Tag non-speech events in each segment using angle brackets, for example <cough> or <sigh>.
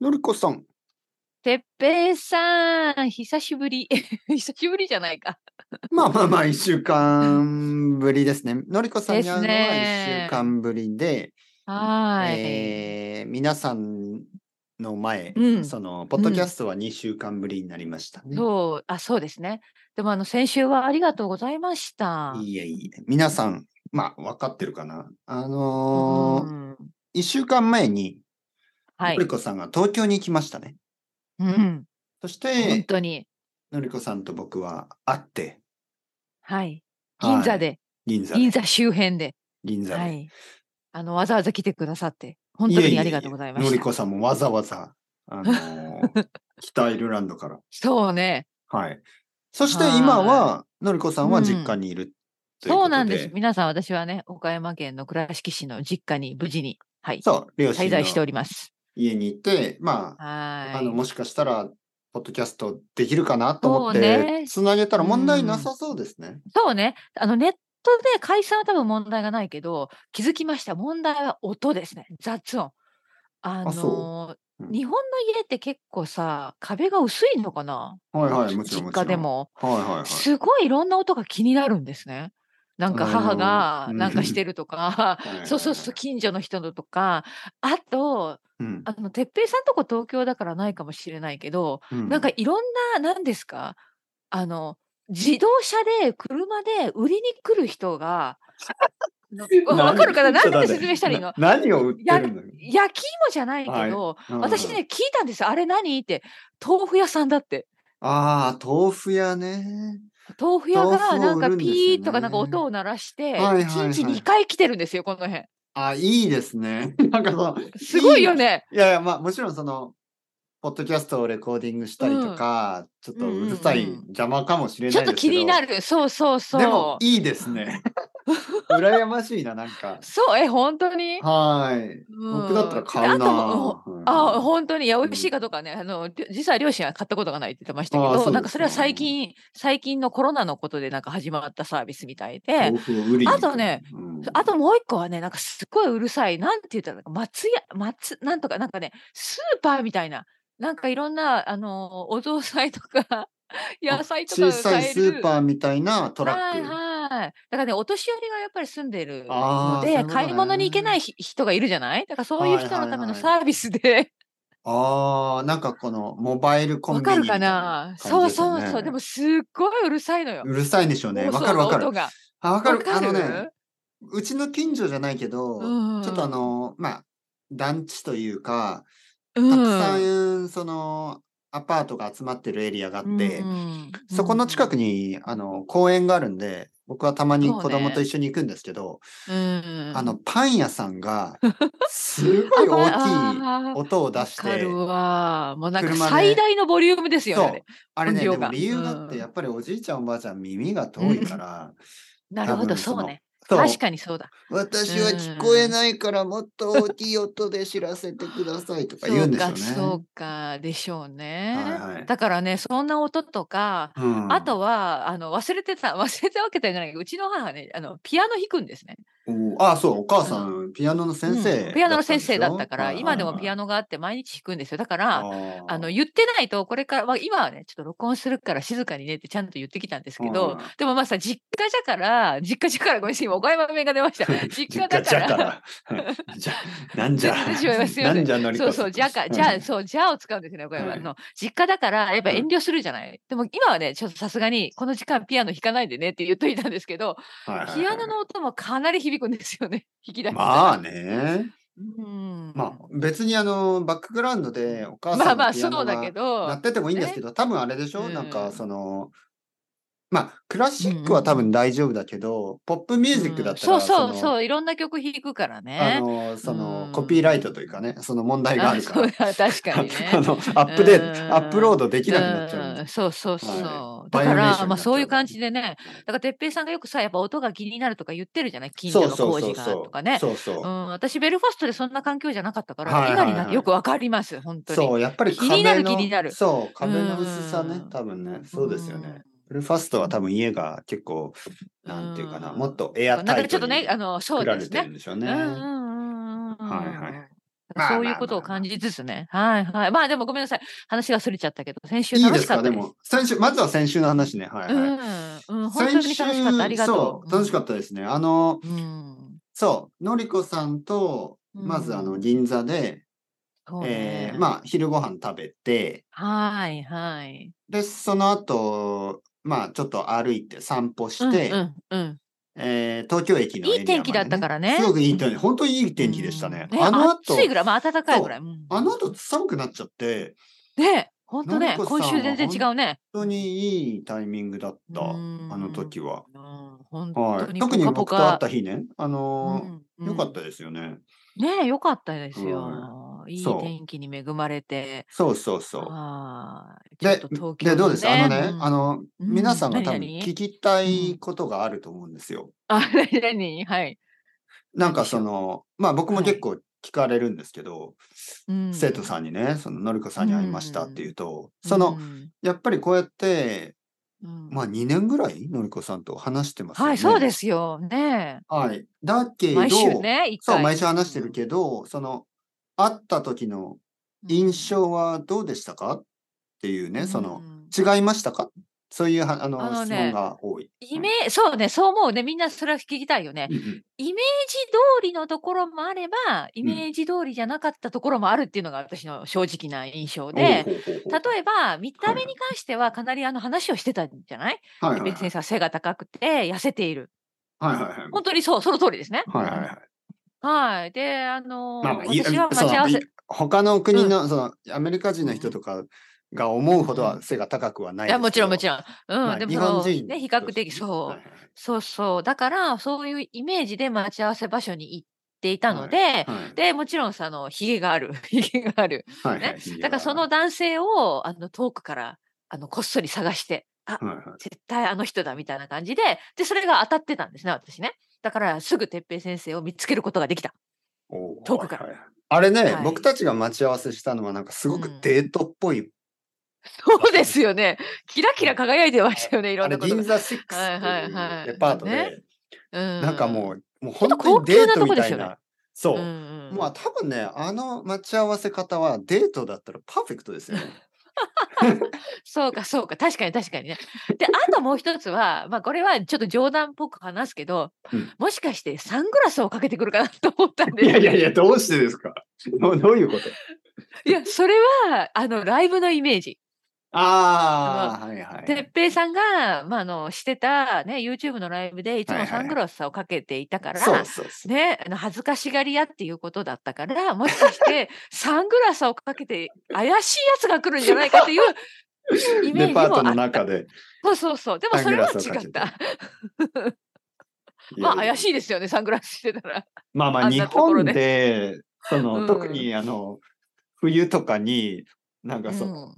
のりこさん。てっぺいさん、久しぶり。 <laughs> 久しぶりじゃないか。まあまあ <laughs> まあ、一週間ぶりですね。のりこさんに会うのはです一ね週間ぶりで、はーい、えー皆さんの前、うんその、ポッドキャストは二週間ぶりになりましたね。そう、あ、そうですね。でも、あの、先週はありがとうございました。いいえいいえ。皆さん、まあ、分かってるかな。あのうー、ん一、週間前に、はいのり。こさんが東京に行きましたね。うん、そし本て、当に。のりこさんと僕は会って、はい。はい銀座で、銀座で。銀座周辺で。銀座で。はい。あの、わざわざ来てくださって、本当にありがとうございまのしりた。こさんもわざわざ、あの <laughs> ー北アイルランドから。そうね。はい。そして今は、のりこさんは実家にいる、ということで。そうなんです。。皆さん、私はね、岡山県の倉敷市の実家に無事に、はい、そう、両親滞の在しております。家にいて、まあ、はあーの、い。もしかしたら、ポッドキャストできるかなと思っそうて、ねつなげたら問題なさそうですね。そうね。あの、ネットで解散は多分問題がないけど、気づきました。問題は音ですね。雑音。あのあそうーうん日本の家って結構さ、壁が薄いのかなはいはい、もちろん実もちろ家ん。で。も。はいはいはい。すごいいろんな音が気になるんですね。なんかあのー母がうんなん <laughs> かしてるとか、はいはいはいそうそうそう、近所の人のとか、あと、うん。あの、てっぺいさんとこ東京だからないかもしれないけど、うんなんか、いろんな、なんですか、あの、自動車で、車で売りに来る人が、 <laughs> なわかるかな何なんて説明したらいいのな何を売ってるのよ。焼き芋じゃないけど、私うんうんね、聞いたんですよ。あれ何って、豆腐屋さんだって。ああ、豆腐屋ね。豆腐屋が豆腐をなん売かるんですよねピーとかなんか音を鳴らして、はいはいはい1日2回来てるんですよ、この辺。あ、いいですね。 <laughs> なんかその、すごいよね。いやいや、まあもちろんその、ポッドキャストをレコーディングしたりとか、ちょっとうるさいうんうんうん邪魔かもしれちなょいっですけど。と気になる。そうそうそう。でも、いいです <laughs> ね。羨ましいな、なんか。そう、え、本当に、はい。うん僕だったら買うなであともううんんあ本当に、いや、美味しいかどうかね、あの、りょ実は両親は買ったことがないって言ってましたけあーそうど、ですなんかそれはか最近、最近のコロナのことでなんか始まったサービスみたいで、豆腐を売りにあとねうんあともう一個はね、なんかすっごいうるさい、なんて言ったらいいのか、松屋、松、なんとか、なんかね、スーパーみたいな、なんかいろんな、あの、お惣菜とか、野菜とか小がさい買えスる。ーパーみたいなトラッはいク。はい。だからね、お年寄りがやっぱり住んでるあーのそういうで、こと買い物に行けないねひ人がいるじゃないだからそういう人はいはのいためのはいサービスで、ああ、なんかこのモバイルコンビニわかるみたかいな感じそうですよそうねそう。でもすっごいうるさいのよ。うるさいんでしょうね。放わ送かるわかのる音。があわかる。あわのかねる、うちの近所じゃないけど、うんちょっとあの、まあ、団地というか、うたんくさん、その、アパートが集まってるエリアがあって、うんそこの近くに、あの、公園があるんで、僕はたまにそうね子供と一緒に行くんですけど、うんあの、パン屋さんが、すごい大きいあ音を出しわかて、るわ。もうなんか車で最大のボリュームですよそねあうれ。。あれね、で音量がも理由があって、うんやっぱりおじいちゃんおばあちゃん耳が遠いから、なるほ多ど、分そそのうね。そう確かにそうだ。私は聞こえないからもっと大きい音で知らせてくださいとか言そうんうでしょうか、ね。そうか、でしょうね。はいはいだからね、そんな音とか、うんあとは、あの、忘れてた、忘れてわけじゃないけど、うちの母ね、あの、ピアノ弾くんですね。おあそうお母さあんピアノの先生、うんピアノの先生だったから、今でもピアノがあって毎日弾くんですよ。だから、ノ。あの、言ってないと、これから、まあ、今はね、ちょっと録音するから静かにねってちゃんと言ってきたんですけど、でもまあさ、実家じゃから、実家じゃから、ごめんなさい、今、岡山弁が出ました実 <laughs> 実家家だじか。ゃからら <laughs> じゃなんじゃ全然違いますよなねんじゃのりこそうそう、じゃか、じゃうあ、そう、じゃあを使うんですね、岡山はいの。実家だから、やっぱうん遠慮するじゃない。でも今はね、ちょっとさすがに、この時間ピアノ弾かないでねって言っといたんですけんど、はいはいはいピアノの音もかなり響くんですよね、弾き出したら。まあねうん。まあ別にあのバックグラウンドでお母さんのピアノまがあまあ、そうだけなどっ、ててもいいんですけど、多分あれでしょ、うんなんかその、まあ、クラシックは多分大丈夫だけど、ポップミュージックだったら、うんそうそうのそういろんな曲弾くからあね。の、その、うんコピーライトというかね、その問題があるかそうら、だ確かに <laughs> あね。の、アップデうーんト、アップロードできなくなっちゃうんうでんそうそうそう。はだバかイオレーションになっちゃら、うまあそういう感じでね、だから哲平さんがよくさ、やっぱ音が気になるとか言ってるじゃない近すよ。所の工事がとかね。そうそううそう。ん、私、ベルファストでそんな環境じゃなかったから、はいはいはい今になってよくわかります、本当に。そう、やっぱり気壁になるの気になるそう、壁の薄さねう、ん多分ね、そうですよね。ん。ブルーファストは多分家が結構、なんていうかな、うんもっとエアなんタかイちょトっとにね、あの、そう作らでれすてるね。んでしょうね。うんうんうんうんうんはいはいまあそういうことを感じつつね。はいはい。まあでもごめんなさい。話が逸れちゃったけど、先週いい楽でしすかかったでです。も。先週、まずは先週の話ね。はい、はい。うん、うん、本当先に週楽しかった。ありがと。そうう、楽しかっったですね。あの、た。うん。そう、のりこさんと、うんまずあの、銀座で、そうえねーまあ、昼ご飯食べて、はいはい。で、その後、まあ、ちょっと歩いて散歩して、うんうんうん、えー東京駅のエリアまで、いい天気だったからねすごくいい天気、本当にいい天気でしたね。うんあの後暑、いぐらい、まあ暖かいぐらい。うんあの後寒くなっちゃって、ね、本当ね、のりこ今さんは週全然違うね。本当にいいタイミングだった、うんあの時は。うん、本は当い、に特ポにカポ僕と会っカた。日ね、あのーうんよかったですよね。ねよかったですよ。いいそう天気に恵まれて。そうそうそう。はいちょっでと東京も、ね、で、どうですあのね、うんあの、うん皆さんが多分何々聞きたいことがあると思うんですよ。あ、 <laughs> 何何はい。なんかその、まあ僕も結構聞かれるんですけど、うん生徒さんにね、そののりこさんに会いましたっていうと、そうの、んやっぱりこうやって、うんまあ2年ぐらいのりこさんと話してますよね。。はい、そうですすよ。ねはい。だけど、毎週ね、一そう、回毎週話してるけど、その、会った時の印象はどうでしたかっていうね、その、うん違いましたかそういうはあのあの質問ねが多い。イメそうね、そう思うね。みんなそれは聞きたいよね。うんうんイメージ通りのところもあれば、イメージ通りじゃなかったところもあるっていうのが私の正直な印象で、ほうほうほうほう例えば、見たは目いに関してはかなりあの話をしてたんじゃないはいはい別はいにさ、背が高くて痩せている。はいはいはい本当にそう、その通りですね。はいはいはい。はい。で、あのーまあまあ、い私は待ち合わそせのい。他の国の、そのアメリカ人の人とかが思うほどうはん背が高くはないいや、もちろん、もちろん。ろん。うん、まあでも日そ本の、人ね、比較として的、そう、はいはいそうそう。だから、そういうイメージで待ち合わせ場所に行っていたので、はいはいで、もちろんさ、あの、ヒゲがある。 <laughs> ヒゲがある。はいねはいいいだから、そのはい男性を、あの、遠くから、あの、こっそり探して、あ、はい絶対あの人だ、みたいな感じで、で、それが当たってたんですね、私ね。だから、すぐ哲平先生を見つけることができた。おー遠くからはいはいあれね、はい僕たちが待ち合わせしたのはなんかすごくうんデートっぽい。そうですよね。キラキラ輝いてましたよね、いろあんれなこと銀が。座6っていうはいはいはいデパートで、ねななんかもう、もうょっと本当にデートみたいな。そうう。ん、うんうんまあ多分ね、あの待ち合わせ方はデートだったらパーフェクトですよ <laughs> ね。そうか、そうか。確かに、確かにね。で、あともう一つは、まあ、これはちょっと冗談っぽく話すけど、うんもしかしてサングラスをかけてくるかなと思ったんでいすやよいやいや、どうしてですか <laughs> どうどういうこといや、それは、あの、ライブのイメージ。ああ、はいはい。てっぺいさんが、まあ、あの、してた、ね、YouTube のライブでいつはいもはいはいサングラスをかけていたから、そうそうそう。ね、あの恥ずかしがり屋っていうことだったから、もしかして、サングラスをかけて怪しいやつが来るんじゃないかっていうイメーデジもパあートのった。中で。そうそうそう。でもそれは違サングラスをかけってた。まあ怪しい。いですよね、サングラスしてたら。まあまあ、あん日なところ本でで、そうんの、特にあの、冬とかに、なんかうんちそょの、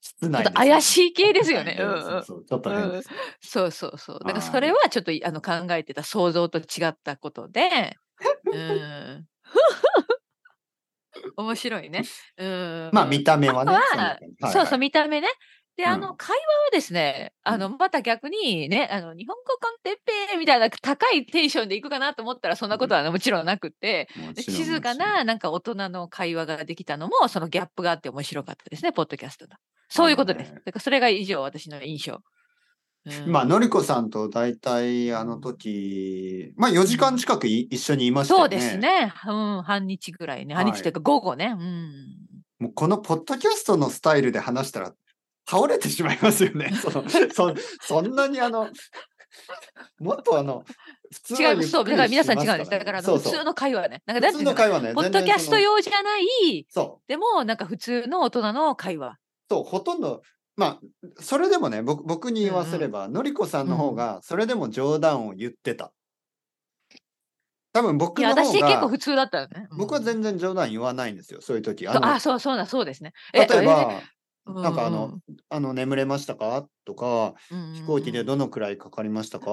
室っ内と怪いしい系ですよね。うんそうそう、ちょっとう変んうでんす。そうそうそう。だからはいそれはちょっといあの考えてた想像と違ったことで。うん <laughs> 面白いね。うんまあ、見た目はねあとは。そんな感じそうそう、はい見た目ね。で、あうの、会話はですね、あの、また逆にね、あの、日本語コンテッペみたいな高いテンションでいくかなと思ったら、そんなことはもちろんなくて、はいもでちろん静かもちな、なんか大人の会話ができたのも、そのギャップがあって面白かったですね、ポッドキャストだ。そういうことです。はいだからそれが以上、私の印象。ろうんんまあ、のりこさんと大体、あの時、まあ、4時間近くい一緒にいましたそようね。です。ね。うん、半日ぐらいね。半は日いというか、午後ね。うん。もうこのポッドキャストのスタイルで話したら倒れてしまいますよね。そ <laughs> のそそんなにあの、もっとあの、普通違う、そう、だから皆さん違うんです。だから、あのそう普そう通の会話はね。なんか、だ普通っていうののかな、会話ね。ポッ全ド然キャストその用じゃない、そでも、なんか普通の大人の会話。う、そう、ほとんど、まあ、それでもね、僕僕に言わせれば、のりこさんの方が、それでも冗談を言ってた。多分僕いや、の私方結構が普、通だったよね。うん僕は全然冗談言わないんですよ、そういう時。あそうのあ、そうそうだ、そうですね。例え、ば、えなんかあの、あの、眠れましたかとか、飛飛行機でどのくらいかかりました <laughs> か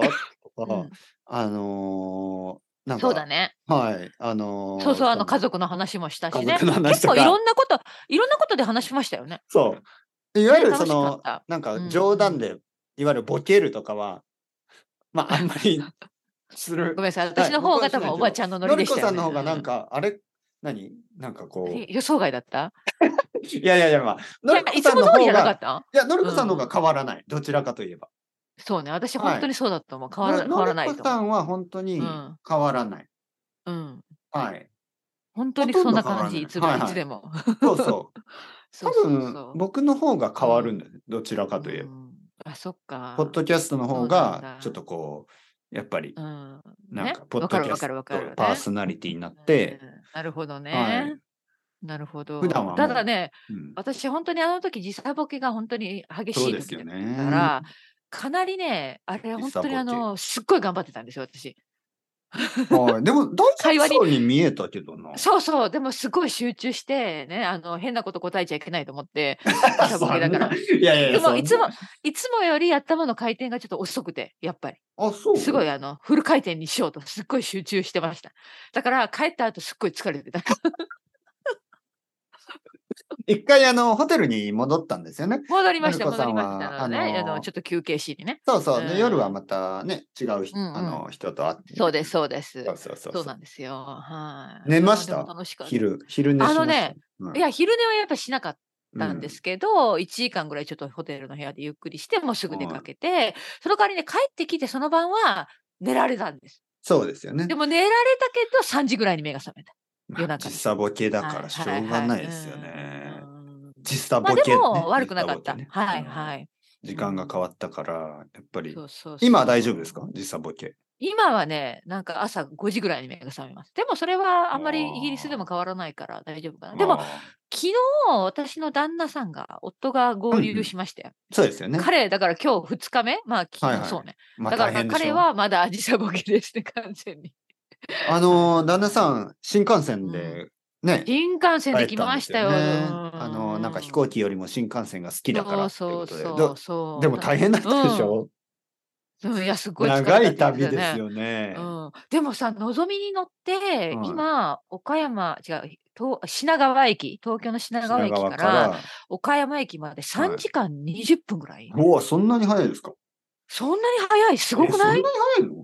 とか、あのーなんか、そうだね。はい、あのーそうそう、あの家家族の話もしたしね。族の話結と構か、いろんなこと、いろんなことで話しましたよね。そう。いわゆるねそ楽しかっの、たなんうかん冗談で、いわゆるボケるとかは、まあ、あ <laughs> んまりするごめん。なさい、はい私の方が多僕はしないけど分おばちゃんのノのリりでしこたさよんね。の方がなんか、あれ、何なんかこう。えい予想外だった <laughs> やいやいや、まあ、いのやりこいさつんもの通り方じゃなかっが、たいや、のりこさんの方が変わらない。どちらかといえば。そうね私はい本当にそうだったもん変わら変わらないのりとこさ思んは本当にう変んわらない。うんはい。本当にそんなほとんど変わら感ないじいつもはいいはいつでもそうそう。そ多う <laughs> そう分そう僕の方が変わるんだよね。どちらかといえば。うんあそっかポッドキャストの方そうなんがだ、ちょっとこう、やっぱり、うんなんかね、ポッドキャわスかるわトかるわかるねパーソナリティになって、うんなるほどね、はいなるほど普段はもうただねうん私本当にあの時時差ボケが本当に激しそういです時よだっね。たから、かなりねあれ時差本当にあボケのすっごい頑張ってたんですよ私 <laughs> はい、でも大会丈夫話にそうに見えたけどな。そうそうでもすごい集中してねあの変なこと答えちゃいけないと <laughs> 思って時差ボケだからそんないやいやいでやもそんないつもいつもより頭の回転がちょっと遅くてやっぱりあ、そう。すごいあのフル回転にしようとすっごい集中してましただから帰った後すっごい疲れてた <laughs> 一回、あの、ホテルに戻ったんですよね。戻りましたのりこ戻さりんまはしたなので、ねあのあのちょっと休憩しにねそうそう。うで、ん夜はまたね、違う人、うんうんあの人と会って。そうです、そうです。そうそうそうそうなんですよ。はい。寝ましたあでも楽しかった。昼、昼寝しました。あのねうん、いや、昼寝はやっぱしなかっう、たんですけど、1時間ぐらいちょっとホテルの部屋でゆっくりして、もうすぐ出かけて、その代わりね、帰ってきて、その晩は寝られたんです。そうですよねで。も寝られたけど、3時ぐらいに目が覚めた。まあ夜中時差ボケだからしょうがないですよはね。はうん時差まボあケ、でねも悪くなかった。時差ボケはいねはい。時間が変わったから、やっぱりそ。うそうそう今は大丈夫ですか時差ボケ。今はね、なんか朝5時ぐらいに目が覚めます。でもそれはあんまりイギリスでも変わらないから大丈夫かな。でもまあ、昨日私の旦那さんが夫が合うんうん流しましたよ。そうですよね。彼だから今日2日目まあ昨日、はいはいそうね。まあだから大変でしょ彼はまだアジサボケですね完全に。あのー旦那さん、新幹線でね、新幹線帰でっ来たんまでしすたよよ。ねあのーなんか飛行機よりも新幹線が好きだからってそこうとそで。うそうどそう。でも大変だったでしょ、うん、いやすごい疲れた長って言っいてたね旅ですよね。うん、でもさ、のぞみに乗って、はい今、岡山、違う、東品川駅、東京の品川品駅川かからら。岡山駅までは3い時間20分ぐらい。うわ、そんなに早いですかそんなに早い、すごくないえそんなに早い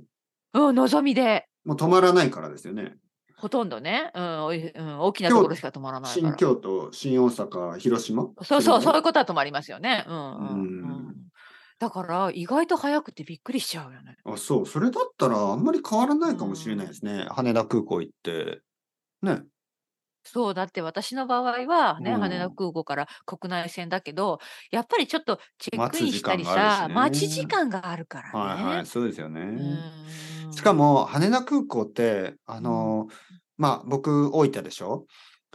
のうん、のぞみで、もう止まらないからですよね。ほとんどね、うんおいうん、大きなところしか止まらないか新ら。京都、新大阪、広島。そうそれう、ぐらそういいうことは止まりますよね。うん、うん、ううんん。だから、意外と早くてびっくりしちゃうよね。あ、そう、それだったらあんまり変わらないかもしれないですね。羽田空港行って。ね。そう、だって私の場合はね、うん羽田空港から国内線だけど、やっぱりちょっとチェックイン待つ時したり間があさ、るしね待ち時間があるからね。はいはい、そうですよね。うんしか、も羽田空港ってあのーまあ僕大分でしょ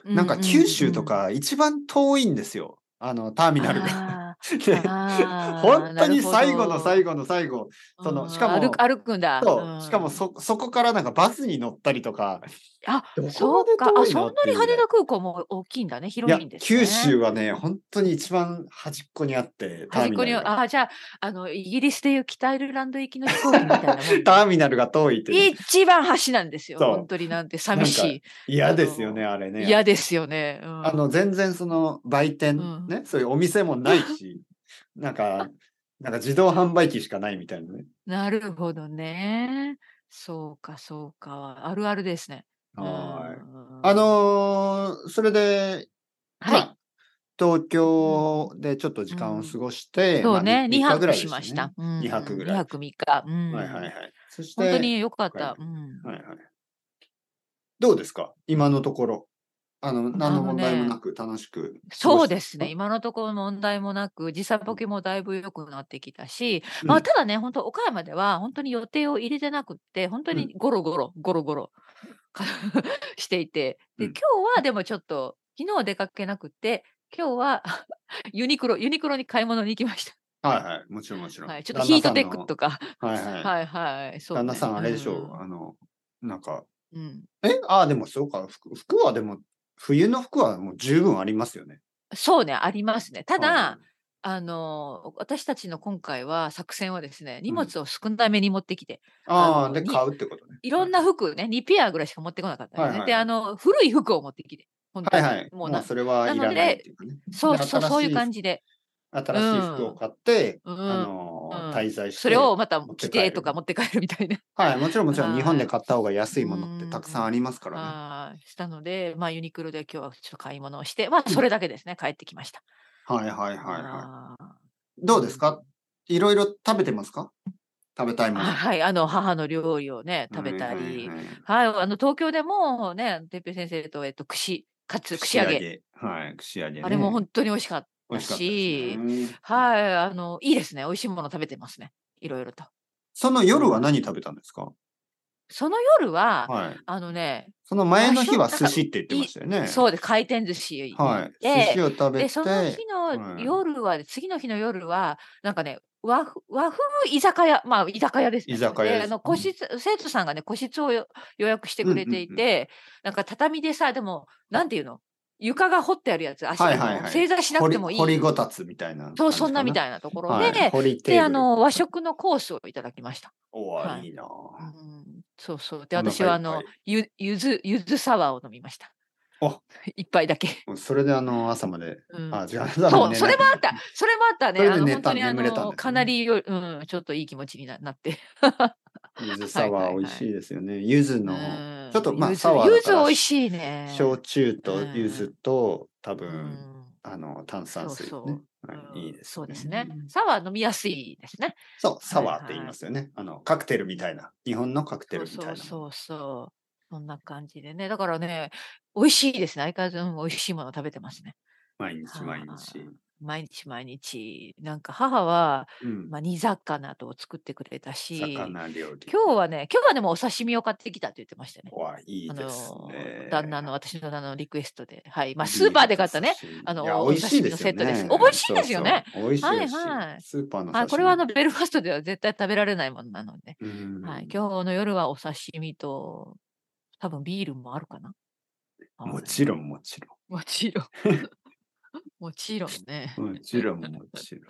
なんか九州とか一番遠いんですよ、あのターミナルが。が。 <laughs> であー本当に最後の最後、後の最後そのうんしかも歩く歩くんだ。としかもうんそそこからなんかバスに乗ったりとかあどこまでそうか、あ、遠いのそんっなていにうぐら羽い田空港も大きいんだね、い広やいんです、ね。九州はね本当に一番端っこにあってター端っミこナに、ルがあ、じゃあ、あの、イギリスでいう北アイルランド行きの飛行機みたいなもん <laughs> タだーミナルが遠いってね一番端なんですよ。そう本当になんて寂しい。嫌ですよねあれね。嫌ですよね。うんあの全然その売店、うんねそういうお店もない <laughs> しなんかなんか自動販売機しかないみたいなね。なるほどね。そうか、そうか。あるあるですね。はうい。んあ、のーそれで、まはいあ、東京でちょっと時間を過ごして、そうまあね、に2日ぐら泊いでしましよたね。うん二泊ぐらい2泊3日。うんはいはいはい。そして、本当によかったは。いうんはいはい、どうですか今のところ。あの、何の問題もなく楽しく、そうですね、。今のところ問題もなく、時差ボケもだいぶ良くなってきたし、まうあ、んただね、本当、岡山では本当に予定を入れてなくって、本当にゴロゴロ、ゴロゴロ <laughs> していて、でうん今日はでもちょっと、昨日出かけなくって、今日は <laughs> ユニクロ、ユニクロに買い物に行き <laughs> ましはいはい。もちろんもちた。ろん。はい、ちょっとヒートテックとか。か、はいはい。はいはい、そう、ね。旦那さんあれでしょう、んあの、なんか、うん、えああ、でもそうか。服服はでも、冬の服はもう十分ありますよね。そうね、ありますね。ただ、はいあの私たちの今回は作戦はですねう荷ん物を少なめに持ってきて、あああ、ので、に買うってことね。いろんな服ね2ペアぐらいしか持ってこなかったのね、はいはいであの古い服を持ってきて本当はいに、はい。ももううなそれはいらないっていうかね。そうそ新うしいそういう感じで新しい服を買って、うんあのーうん滞在して。それをまた持って着帰るてとか持って帰るみたいな、はい、もちろんもちろんはい日本で買った方が安いものってたくさんありますからね。はいしたので、まあ、ユニクロで今日はちょっと買い物をして、まあ、それだけですね、帰ってきました。はいはいはいはあーい。どうですかいろいろ食べてますか食べたいもあの。はい、あの母の料理をね、食べたり、はいはいはいはい、あの東京でもね、てっぺい先生と、えっと、串、かつ、串揚げ。。はい、串揚げね。あれも本当に美味しかった。美味しかったですねはい、あの、いいですね。美味しいもの食べてますね。いろいろと。その夜は何食べたんですかその夜は、はい。あのね、その前の日はあそう寿司って言ってましたよね。そうで回転寿司行っはい。て寿司を食べで、て。その日はのい夜は、次の日の夜は、なんかね、和風和風居酒屋、まあ、居酒屋ですね。居酒屋ですあのうん個室生徒さんがね、個室をよ予約してくれていて、うんうなんか畳でさ、でも、なんていうの床が掘ってあるやつ、足、はいはいはいあの正座しな掘くりてもいい。掘りごたつみたいな感じか。そう、そんなみいたいなところはいで、掘りテーブルで、あの、和食のコースをいただきました。おーはいいいなぁうん、そうそう。で、お腹いっぱい私は、あの、ゆ、ゆず、ゆずサワーを飲みましたあ。 <laughs> 一杯だけ。もうそれであの、朝まで。うんあ、違う。そう、それもあった。それもあったね。それであの寝た本当にあ眠れたんですの、ねかなりよ、うん、ちょっといい気持ちにななって。ゆずサはいワはいーはい美味しいですよね。ゆずの、うんちょっとまあ柚子サワーだ柚子から美味しいね。焼酎とうんゆずと、多う分、んあの、炭酸水、ねそうそうはうんい。いいです、ね。そうですね。サワー飲みやすいですね。そう、サワーって言いますよね。あの、カクテルみたいな。日本のカクテそルうみたいな。そうそうそう。そんな感じでね。だからね、美味しいですね。相変わらず、うん、美味しいもの食べてますね。毎日毎は日い。毎日毎日。なんか母は、うん。まあ、煮魚と作ってくれたし、今魚料理。日はね、今日はでもお刺身を買ってきたって言ってましたね。わ、いいあですのね。旦那の私の旦那のリクエストで、はい、まあいいスーパーで買ったね。刺身。あのいやお美味しいですよね。お刺身のセットです美味しいですよねそうそう。美味しいはいです、はいスーパーの刺身。はい、これはあのベルファストでは絶対食べられないものなので、うん、はい、今日の夜はお刺身と多分ビールもあるかな。はいもちろん、もちろん。 <laughs> もちろん。もちろんね。もちろん、もちろん。